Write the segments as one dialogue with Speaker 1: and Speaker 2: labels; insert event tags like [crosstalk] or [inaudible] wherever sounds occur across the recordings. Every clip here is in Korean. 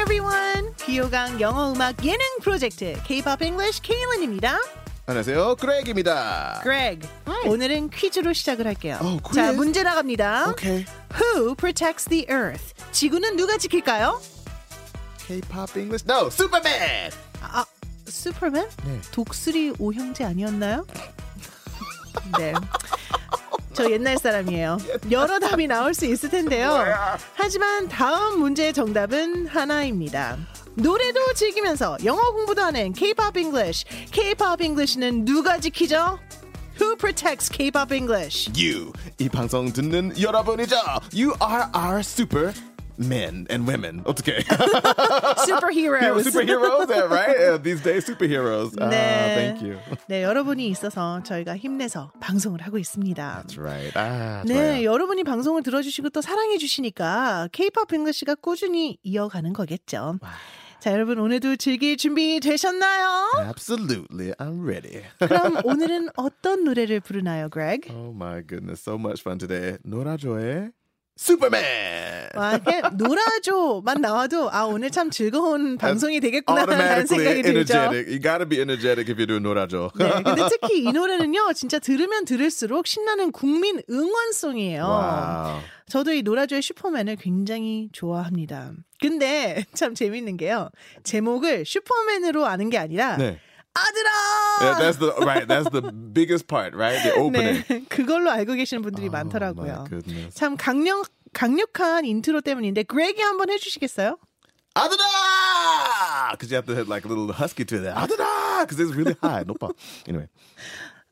Speaker 1: everyone. 비호강 영어 음악 예능 프로젝트 K-pop English 케일린입니다.
Speaker 2: 안녕하세요, 그렉입니다.
Speaker 1: Greg, 오늘은 퀴즈로 시작을 할게요.
Speaker 2: 어, quiz?
Speaker 1: 자, 문제 나갑니다.
Speaker 2: 오케이,
Speaker 1: Who protects the earth? 지구는 누가 지킬까요?
Speaker 2: K-pop English, no, Superman.
Speaker 1: 아, 슈퍼맨?
Speaker 2: 네.
Speaker 1: 독수리 오형제
Speaker 2: [laughs]
Speaker 1: 아니었나요? 네. 저 옛날 사람이에요. 여러 답이 나올 수 있을 텐데요. 하지만 다음 문제의 정답은 하나입니다. 노래도 즐기면서 영어 공부도 하는 K-pop English. K-pop English는 누가 지키죠? Who protects K-pop
Speaker 2: [laughs]
Speaker 1: English?
Speaker 2: You 이 방송 듣는 여러분이죠. You are our super. Men and women. 어떻게?
Speaker 1: [laughs] Superheroes.
Speaker 2: superheroes, yeah, right? Yeah, these days, superheroes. Ah, thank you.
Speaker 1: 네, 여러분이 있어서 저희가 힘내서 방송을 하고 있습니다.
Speaker 2: That's right. Ah,
Speaker 1: 네, 여러분이 방송을 들어주시고 또 사랑해주시니까 K-pop 잉글리시가 꾸준히 이어가는 거겠죠. 자, 여러분 오늘도 즐길 준비 되셨나요?
Speaker 2: Absolutely, I'm ready. [laughs]
Speaker 1: 그럼 오늘은 어떤 노래를 부르나요, Greg?
Speaker 2: oh my goodness, so much fun today. 노라조의 Superman.
Speaker 1: 와, 그냥 놀아줘만 나와도 아 오늘 참 즐거운 방송이 [laughs] 되겠구나라는
Speaker 2: Automatically
Speaker 1: 생각이 들죠.
Speaker 2: energetic. You gotta be energetic if you do 노라조.
Speaker 1: 네, 근데 특히 이 노래는요, 진짜 들으면 들을수록 신나는 국민 응원송이에요.
Speaker 2: [laughs] wow.
Speaker 1: 저도 이 노라조의 슈퍼맨을 굉장히 좋아합니다. 근데 [laughs] 참 재밌는 게요. 제목을 슈퍼맨으로 아는 게 아니라
Speaker 2: 네.
Speaker 1: 아들아!
Speaker 2: Yeah, that's the right. That's the biggest part, right? The opening.
Speaker 1: 네, 그걸로 알고 계시는 분들이
Speaker 2: Oh
Speaker 1: 많더라고요.
Speaker 2: my goodness.
Speaker 1: 참 강력, 강력한 인트로 때문인데 그렉이 한번 해주시겠어요?
Speaker 2: Adada! Because you have to hit like a little husky to that. Adada! Because it's really high. No problem. Anyway,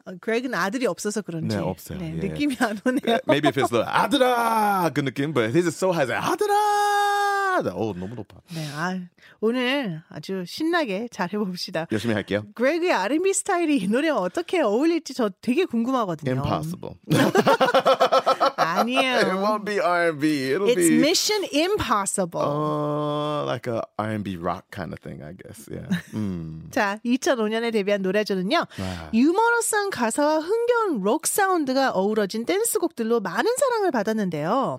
Speaker 1: 어, 그렉은 아들이 없어서 그런지
Speaker 2: 네, 없어요. 예.
Speaker 1: 느낌이 안 오네요.
Speaker 2: maybe if it's the Adada! Good looking, but his is so high. It's like Adada! Oh, 너무 높아.
Speaker 1: 네, 아, 오늘 아주 신나게 잘 해봅시다.
Speaker 2: 열심히 할게요.
Speaker 1: 그렉의 R&B 스타일이 이 노래와 어떻게 어울릴지 저 되게 궁금하거든요.
Speaker 2: Impossible. [laughs] it
Speaker 1: 아니에요.
Speaker 2: won't be R&B. It'll
Speaker 1: It's
Speaker 2: be
Speaker 1: Mission Impossible.
Speaker 2: uh, like a R&B rock kind of thing, I guess. Yeah. Mm.
Speaker 1: 자, 2005년에 데뷔한 노래조는요.
Speaker 2: 와.
Speaker 1: 유머러스한 가사와 흥겨운 록 사운드가 어우러진 댄스곡들로 많은 사랑을 받았는데요.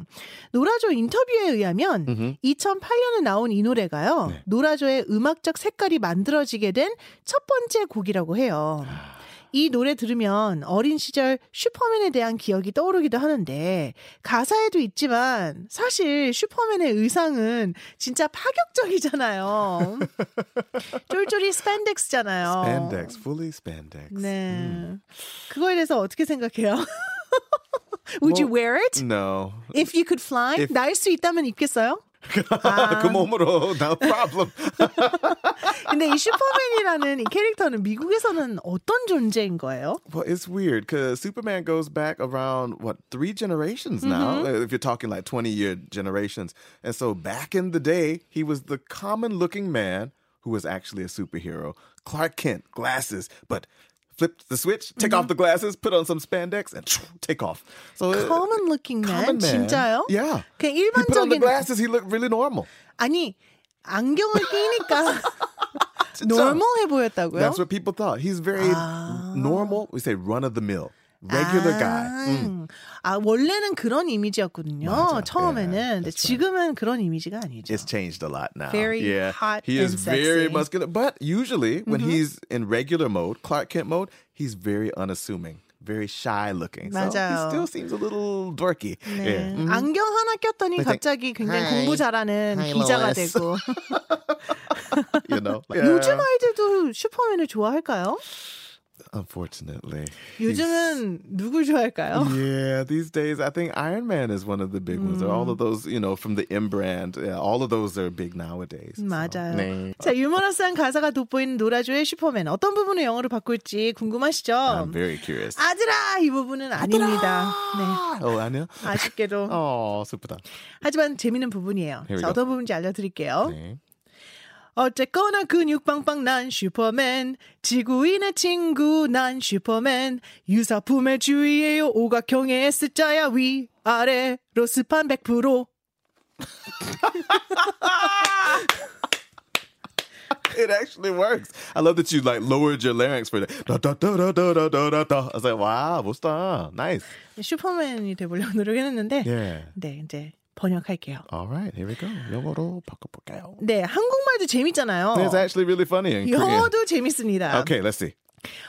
Speaker 1: 노라조 인터뷰에 의하면 2008년에 나온 이 노래가요. 노라조의 음악적 색깔이 만들어지게 된 첫 번째 곡이라고 해요. 이 노래 들으면 어린 시절 슈퍼맨에 대한 기억이 떠오르기도 하는데 가사에도 있지만 사실 슈퍼맨의 의상은 진짜 파격적이잖아요. 쫄쫄이 스팬덱스잖아요.
Speaker 2: Spandex, fully spandex.
Speaker 1: 네.
Speaker 2: 음.
Speaker 1: 그거에 대해서 어떻게 생각해요? [laughs] Would you wear it?
Speaker 2: No. [laughs]
Speaker 1: If you could fly?
Speaker 2: 뭐, 음. If-
Speaker 1: 날 수 있다면 입겠어요?
Speaker 2: 그 몸으로 no problem.
Speaker 1: 근데 이 슈퍼맨이라는 이 캐릭터는 미국에서는 어떤 존재인 거예요?
Speaker 2: Well, it's weird because Superman goes back around what three generations now,
Speaker 1: Mm-hmm.
Speaker 2: Uh, if you're talking like 20 year generations. And so back in the day, he was the common looking man who was actually a superhero. Clark Kent, glasses, but flipped the switch, take
Speaker 1: Mm-hmm.
Speaker 2: off the glasses, put on some spandex, and take off. So it-
Speaker 1: Common looking man?
Speaker 2: 네. common man.
Speaker 1: 진짜요?
Speaker 2: Yeah.
Speaker 1: 그냥
Speaker 2: He put on the
Speaker 1: 일반적인
Speaker 2: glasses, he looked really normal.
Speaker 1: 아니 안경을
Speaker 2: [laughs]
Speaker 1: 끼니까 노멀해 보였다고요?
Speaker 2: That's what people thought. He's very
Speaker 1: Ah.
Speaker 2: normal. We say run of the mill, regular guy. 음.
Speaker 1: 아, 아, 원래는 그런 이미지였거든요.
Speaker 2: 맞아.
Speaker 1: 처음에는
Speaker 2: Yeah,
Speaker 1: 근데
Speaker 2: that's right.
Speaker 1: 지금은 그런 이미지가 아니죠.
Speaker 2: It's changed a lot now.
Speaker 1: Very
Speaker 2: yeah.
Speaker 1: hot
Speaker 2: He is
Speaker 1: and sexy.
Speaker 2: very
Speaker 1: Mm-hmm.
Speaker 2: muscular. But usually when he's in regular mode, Clark Kent mode, he's very unassuming, very shy looking. So he
Speaker 1: 맞아요.
Speaker 2: still seems a little dorky.
Speaker 1: 네.
Speaker 2: Yeah. [laughs]
Speaker 1: 안경 하나 꼈더니 갑자기 굉장히
Speaker 2: "Hi.
Speaker 1: 공부 잘하는
Speaker 2: Hi,
Speaker 1: 기자가
Speaker 2: Lois."
Speaker 1: [laughs] 되고
Speaker 2: You
Speaker 1: [laughs]
Speaker 2: know.
Speaker 1: 요즘
Speaker 2: Yeah.
Speaker 1: 아이들도 슈퍼맨을 좋아할까요?
Speaker 2: Unfortunately.
Speaker 1: 예. 요즘은 누굴 좋아할까요?
Speaker 2: Yeah, these days I think Iron Man is one of the big ones. Or all
Speaker 1: Mm.
Speaker 2: of those, you know, from the M brand. Yeah, all of those are big nowadays. so.
Speaker 1: 음, 맞아요.
Speaker 2: 네.
Speaker 1: 자, 유머러스한 가사가 돋보이는 노라조의 슈퍼맨 어떤 부분을 영어로 바꿀지 궁금하시죠?
Speaker 2: I'm very curious.
Speaker 1: 아, 네. 아들아 이 부분은 아닙니다. 어. 네.
Speaker 2: Oh, I know.
Speaker 1: 아쉽게도
Speaker 2: Oh, super.
Speaker 1: 하지만 재밌는 부분이에요.
Speaker 2: Here we
Speaker 1: 자,
Speaker 2: go.
Speaker 1: 어떤 부분인지 알려드릴게요. 어쨌거나 근육 빵빵 난 슈퍼맨 지구인의 친구 난 슈퍼맨 유사품의 주의예요 오각형의 S자야 위 아래로 스판 100%
Speaker 2: [laughs] It actually works. I love that you like lowered your larynx for that. Da, da, da, da, da, da, da, da, da. I
Speaker 1: 네,
Speaker 2: was like, wow, what's that? Nice.
Speaker 1: [laughs] 슈퍼맨이 되보려고 노력했는데
Speaker 2: uh, Yeah.
Speaker 1: 네 이제 번역할게요.
Speaker 2: All right, here we go. 영어로 바꿔볼까요?
Speaker 1: 네, 한국말도 재밌잖아요.
Speaker 2: It's actually really funny in Korean.
Speaker 1: 영어도 재밌습니다.
Speaker 2: Okay, let's see.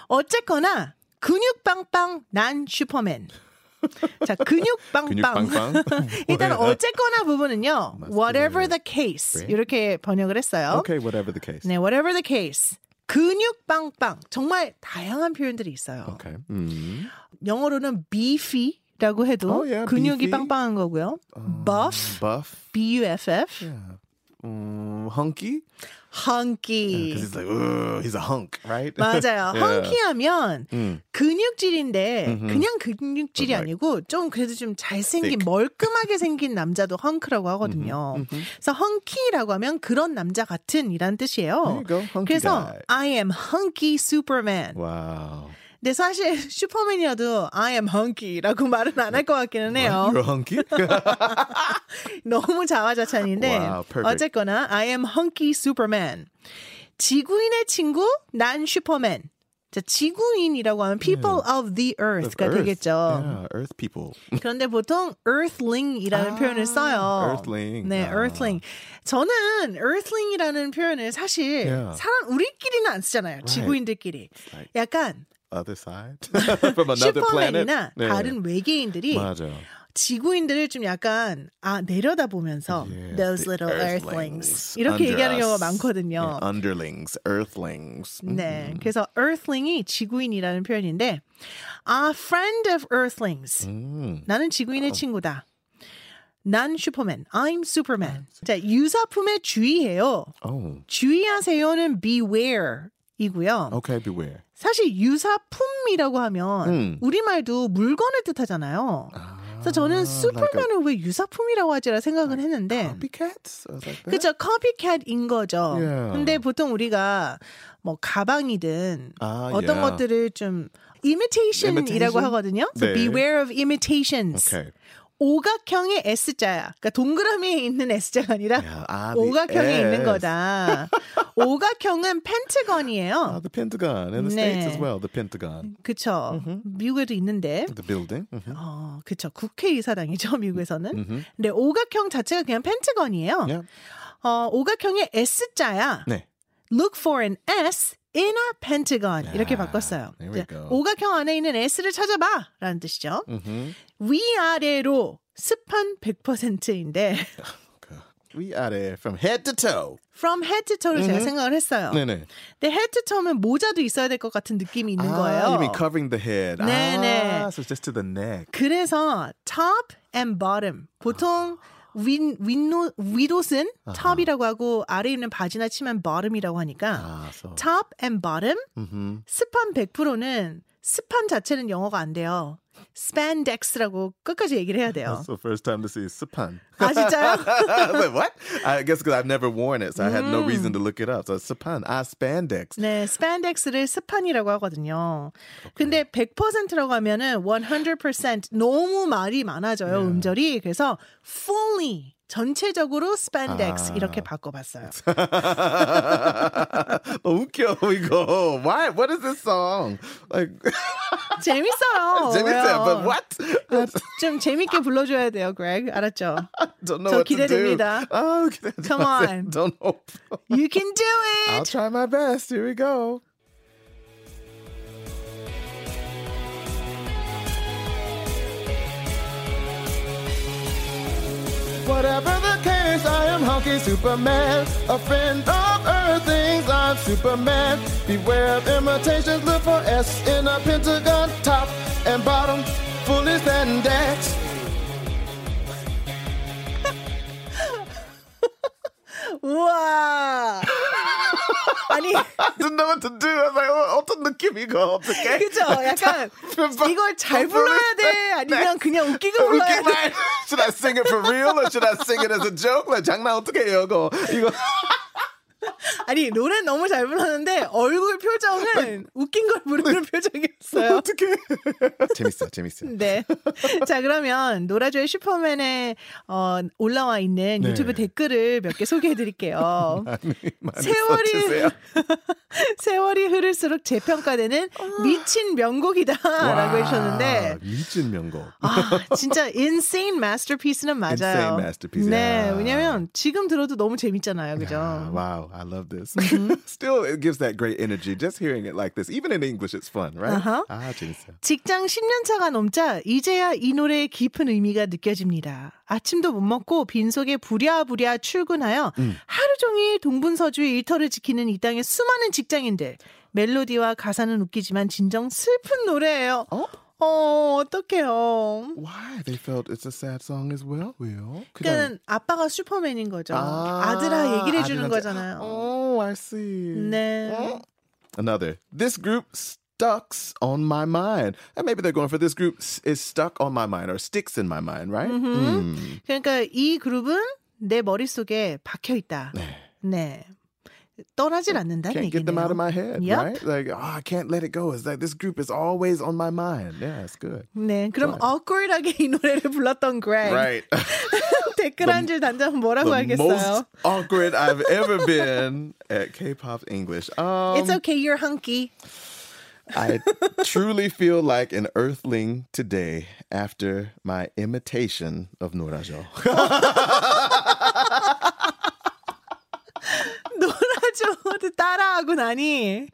Speaker 1: 어쨌거나 근육 빵빵 난 슈퍼맨. 자, 근육
Speaker 2: 근육
Speaker 1: 빵빵.
Speaker 2: 빵빵.
Speaker 1: [laughs]
Speaker 2: 네.
Speaker 1: 일단 어쨌거나 부분은요. Whatever the case 이렇게 번역을 했어요.
Speaker 2: Okay, whatever the case.
Speaker 1: 네, whatever the case. 근육 빵빵. 정말 다양한 표현들이 있어요.
Speaker 2: Okay. mm-hmm. 음.
Speaker 1: 영어로는 beefy라고 해도
Speaker 2: Oh, yeah,
Speaker 1: 근육이
Speaker 2: beefy. 어.
Speaker 1: 빵빵한 거고요. buff,
Speaker 2: Buff.
Speaker 1: b-u-f-f,
Speaker 2: 음, hunky.
Speaker 1: hunky.
Speaker 2: Because he's like, "Ugh, he's a hunk, right? [laughs]
Speaker 1: 맞아요.
Speaker 2: Yeah.
Speaker 1: 헝키하면
Speaker 2: 음.
Speaker 1: 근육질인데 그냥 근육질이
Speaker 2: Right.
Speaker 1: 아니고 좀 그래도 좀 잘생긴
Speaker 2: Thick.
Speaker 1: 멀끔하게 생긴 남자도 헝크라고 하거든요. 그래서 헝키라고 하면 그런 남자 같은이란
Speaker 2: There
Speaker 1: 뜻이에요.
Speaker 2: you go, hunky
Speaker 1: 그래서
Speaker 2: guy.
Speaker 1: I am hunky Superman.
Speaker 2: Wow.
Speaker 1: 근데 사실 [laughs] 슈퍼맨이라도 I am hunky라고 말은 안 할 것 같기는 해요. [laughs]
Speaker 2: You're hunky?
Speaker 1: 너무 자화자찬인데
Speaker 2: Wow, perfect.
Speaker 1: 어쨌거나 I am hunky Superman. 지구인의 친구 난 슈퍼맨. 자, 지구인이라고 하면 people of the earth가
Speaker 2: [laughs] Earth.
Speaker 1: 되겠죠.
Speaker 2: Yeah, earth people.
Speaker 1: 그런데 보통 earthling이라는
Speaker 2: 아,
Speaker 1: 표현을 써요.
Speaker 2: Ah, earthling.
Speaker 1: 네,
Speaker 2: 아.
Speaker 1: earthling. 저는 earthling이라는 표현을 사실
Speaker 2: Yeah.
Speaker 1: 사람 우리끼리는 안 쓰잖아요. 지구인들끼리.
Speaker 2: like-
Speaker 1: 약간
Speaker 2: Other side? [laughs]
Speaker 1: [laughs]
Speaker 2: From another planet?
Speaker 1: 슈퍼맨이나
Speaker 2: 네.
Speaker 1: 다른 외계인들이
Speaker 2: 맞아.
Speaker 1: 지구인들을 좀 약간 아 내려다보면서
Speaker 2: Yeah,
Speaker 1: those
Speaker 2: the
Speaker 1: little earthlings,
Speaker 2: earthlings
Speaker 1: 이렇게
Speaker 2: under
Speaker 1: 얘기하는 경우가
Speaker 2: us.
Speaker 1: 많거든요.
Speaker 2: Yeah, uh, underlings, earthlings. 음.
Speaker 1: 네, 그래서 earthling이 지구인이라는 표현인데 a friend of earthlings
Speaker 2: 음.
Speaker 1: 나는 지구인의 친구다. 난 슈퍼맨, I'm Superman.
Speaker 2: 아,
Speaker 1: 자 유사품에 주의해요.
Speaker 2: Oh,
Speaker 1: 주의하세요는 beware이고요.
Speaker 2: okay, beware.
Speaker 1: 사실 유사품이라고 하면
Speaker 2: 음.
Speaker 1: 우리말도 물건을 뜻하잖아요.
Speaker 2: Ah,
Speaker 1: 그러니까 아, 그래서 저는 슈퍼맨을 왜 유사품이라고 하지라 생각은 했는데
Speaker 2: Copycats? Or like that?
Speaker 1: 그죠 커피캣인 거죠.
Speaker 2: Yeah.
Speaker 1: 근데 보통 우리가 뭐 가방이든
Speaker 2: 아,
Speaker 1: 어떤
Speaker 2: yeah.
Speaker 1: 것들을 좀 예. imitation이라고
Speaker 2: Imitation?
Speaker 1: 하거든요. So
Speaker 2: 네.
Speaker 1: beware of imitations.
Speaker 2: Okay.
Speaker 1: 오각형의 S자야. 그러니까 동그라미에 있는 S자가 아니라 네.
Speaker 2: Yeah, ah, the
Speaker 1: 오각형에 있는 [laughs]
Speaker 2: S.
Speaker 1: 거다. 오각형은
Speaker 2: Ah,
Speaker 1: 펜트건이에요.
Speaker 2: the Pentagon in the
Speaker 1: 네.
Speaker 2: States as well. The Pentagon.
Speaker 1: 그쵸. 미국에도 있는데.
Speaker 2: The building. Mhm.
Speaker 1: 어, 그쵸. 국회의사당이죠, [laughs] 미국에서는.
Speaker 2: Mhm.
Speaker 1: 근데 오각형 자체가 그냥 펜트건이에요.
Speaker 2: Yeah.
Speaker 1: 어, 오각형의 S자야.
Speaker 2: 네.
Speaker 1: Look for an S in a pentagon. 이렇게
Speaker 2: 아,
Speaker 1: 바꿨어요.
Speaker 2: there we
Speaker 1: 이제
Speaker 2: go.
Speaker 1: 오각형 안에 있는 S를 찾아봐. 라는 뜻이죠.
Speaker 2: Mhm.
Speaker 1: 위아래로 습한 100%인데, [laughs]
Speaker 2: Okay. We out there from head to toe.
Speaker 1: from head to toe를 제가 생각을 했어요.
Speaker 2: 네, 네.
Speaker 1: 근데 head to toe면 모자도 있어야 될 것 같은 느낌이 있는
Speaker 2: Ah,
Speaker 1: 거예요.
Speaker 2: you mean covering the head?
Speaker 1: 네, 네.
Speaker 2: Ah, so it's just to the neck.
Speaker 1: 그래서 top and bottom 보통 윗 윗노 윗옷은 top이라고 하고 아래 있는 바지나 치면 bottom이라고 하니까
Speaker 2: Ah, so.
Speaker 1: top and bottom
Speaker 2: Mm-hmm.
Speaker 1: 스판 100%는 스판 자체는 영어가 안 돼요. spandex라고 끝까지 얘기를 해야 돼요.
Speaker 2: That's the first time to see Sapan.
Speaker 1: 아 진짜요?
Speaker 2: [laughs] I was like, what? I guess because I've never worn it, so I had no reason
Speaker 1: Mm.
Speaker 2: to look it up. So Sapan, ah, spandex. [laughs]
Speaker 1: 네, 스판덱스를 스판이라고 하거든요. 근데 100%라고 하면은 100% 너무 말이 많아져요, 음절이. 그래서 fully 전체적으로 스판덱스
Speaker 2: 아.
Speaker 1: 이렇게 바꿔봤어요.
Speaker 2: 웃겨 이거. Why? What is this song? Like,
Speaker 1: [laughs] 재밌어요.
Speaker 2: [laughs]
Speaker 1: 뭐, 왜요?
Speaker 2: 재밌어요, but what? [laughs] I
Speaker 1: 좀 재밌게 불러줘야 돼요, Greg. 알았죠?
Speaker 2: don't know
Speaker 1: 저
Speaker 2: what to do.
Speaker 1: 기대됩니다.
Speaker 2: [laughs] Oh, 기대됩니다.
Speaker 1: Come on.
Speaker 2: Don't know.
Speaker 1: You can do it.
Speaker 2: I'll try my best. Here we go. Whatever the case, I am hunky Superman, a friend of Earthlings. I'm Superman. Beware of imitations. Look for S in a pentagon, top and bottom, fully spandex. [laughs]
Speaker 1: 아, 우와. 아니,
Speaker 2: I didn't know what to do. I was like, oh, 어떤 느낌이고 어떻게?
Speaker 1: 그죠? 약간 이걸 잘 불러야 돼. 아니면 그냥 네. 웃기고 불러야 돼.
Speaker 2: 네. 웃기만. Should I sing it for real or should I sing it as a joke? Like 장난 어떻게 해요 이거? 이거
Speaker 1: 아니 노래 너무 잘 불렀는데 얼굴 표정은 웃긴 걸 부르는 표정이었어요.
Speaker 2: 어떻게? 재밌어, 재밌어.
Speaker 1: 네. 자 그러면 노라조의 슈퍼맨에 어, 올라와 있는
Speaker 2: 네.
Speaker 1: 유튜브 댓글을 몇 개 소개해드릴게요.
Speaker 2: 많이, 많이
Speaker 1: 세월이-
Speaker 2: 써주세요.
Speaker 1: [laughs] 세월이 흐를수록 재평가되는 미친 명곡이다라고 해주셨는데
Speaker 2: 아. 와, 미친 명곡.
Speaker 1: 아 진짜 insane masterpiece는 맞아요.
Speaker 2: Insane masterpiece.
Speaker 1: 네,
Speaker 2: 아.
Speaker 1: 왜냐면 지금 들어도 너무 재밌잖아요, 그죠? 음.
Speaker 2: Ah, wow, I love this. [laughs] Still, it gives that great energy. Just hearing it like this, even in English, it's fun, right?
Speaker 1: Uh-huh.
Speaker 2: Ah, 재밌어요.
Speaker 1: 직장 10년 차가 넘자 이제야 이 노래의 깊은 의미가 느껴집니다. 아침도 못 먹고 빈속에 부랴부랴 출근하여
Speaker 2: 음.
Speaker 1: 하루 종일 동분서주의 일터를 지키는 이 땅의 수많은 직장인들. 멜로디와 가사는 웃기지만 진정 슬픈 노래예요.
Speaker 2: 어?
Speaker 1: 어, 어떡해요.
Speaker 2: Why they felt it's a sad song as well? Will
Speaker 1: 그러니까 아빠가 슈퍼맨인 거죠. 아~ 들아 얘기를 해주는
Speaker 2: 아들한테-
Speaker 1: 거잖아요.
Speaker 2: Oh, I see.
Speaker 1: 네.
Speaker 2: 어? Mm. Another. This group stucks on my mind. And maybe they're going for this group s- is stuck on my mind or sticks in my mind, right? Mm.
Speaker 1: 그러니까 이 그룹은 내 머릿속에 박혀 있다. 네.
Speaker 2: 어,
Speaker 1: 떠나질 않는다는
Speaker 2: Can't get them
Speaker 1: 얘기네요.
Speaker 2: out of my head,
Speaker 1: Yep.
Speaker 2: right? Like, oh, I can't let it go. It's like this group is always on my mind. Yeah, it's good.
Speaker 1: 네, 그럼 awkward하게 [laughs] 이 노래를 불렀던 Greg [laughs] 댓글 한 줄 단장 뭐라고
Speaker 2: the
Speaker 1: 하겠어요?
Speaker 2: most awkward I've ever been at K-pop English. Um,
Speaker 1: It's okay, you're hunky.
Speaker 2: I truly feel like an earthling today after my imitation of Norajo.
Speaker 1: [laughs] 노라조를 따라하고 나니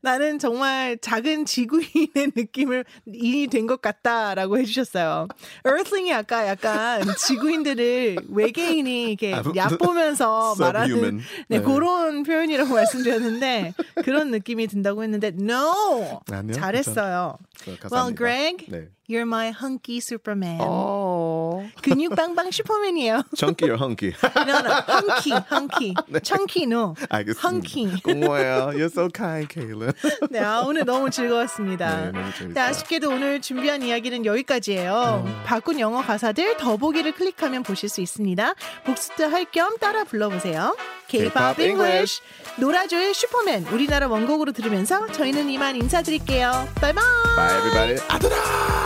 Speaker 1: 나는 정말 작은 지구인의 [laughs] 느낌을 인이 된 것 같다라고 해주셨어요. Earthling이 아까 약간 지구인들을 외계인이 이렇게
Speaker 2: [laughs]
Speaker 1: 얕보면서 말하는
Speaker 2: 아, 뭐, Subhuman.
Speaker 1: 네,
Speaker 2: 네.
Speaker 1: 그런 표현이라고 말씀드렸는데 그런 느낌이 든다고 했는데 no
Speaker 2: 아니요,
Speaker 1: 잘했어요.
Speaker 2: 네, 감사합니다.
Speaker 1: Well, Greg,
Speaker 2: 네.
Speaker 1: you're my hunky Superman.
Speaker 2: oh,
Speaker 1: 근육 빵빵 슈퍼맨이에요.
Speaker 2: [laughs] chunky or hunky?
Speaker 1: No, no, hunky, hunky,
Speaker 2: 아, 네.
Speaker 1: chunky, no,
Speaker 2: I guess.
Speaker 1: hunky.
Speaker 2: [laughs] Well, you're so kind, Kayla.
Speaker 1: 네, 아, 오늘 너무 즐거웠습니다.
Speaker 2: 네, 너무 재밌어요. 음.
Speaker 1: 네, 아쉽게도 오늘 준비한 이야기는 여기까지예요. 바꾼 영어 가사들 더보기를 클릭하면 보실 수 있습니다. 복습도 할 겸 따라 불러보세요. K-pop
Speaker 2: K-pop
Speaker 1: English 노라조의 슈퍼맨 우리나라 원곡으로 들으면서 저희는 이만 인사드릴게요. 바이바이.
Speaker 2: Bye, everybody. Adora!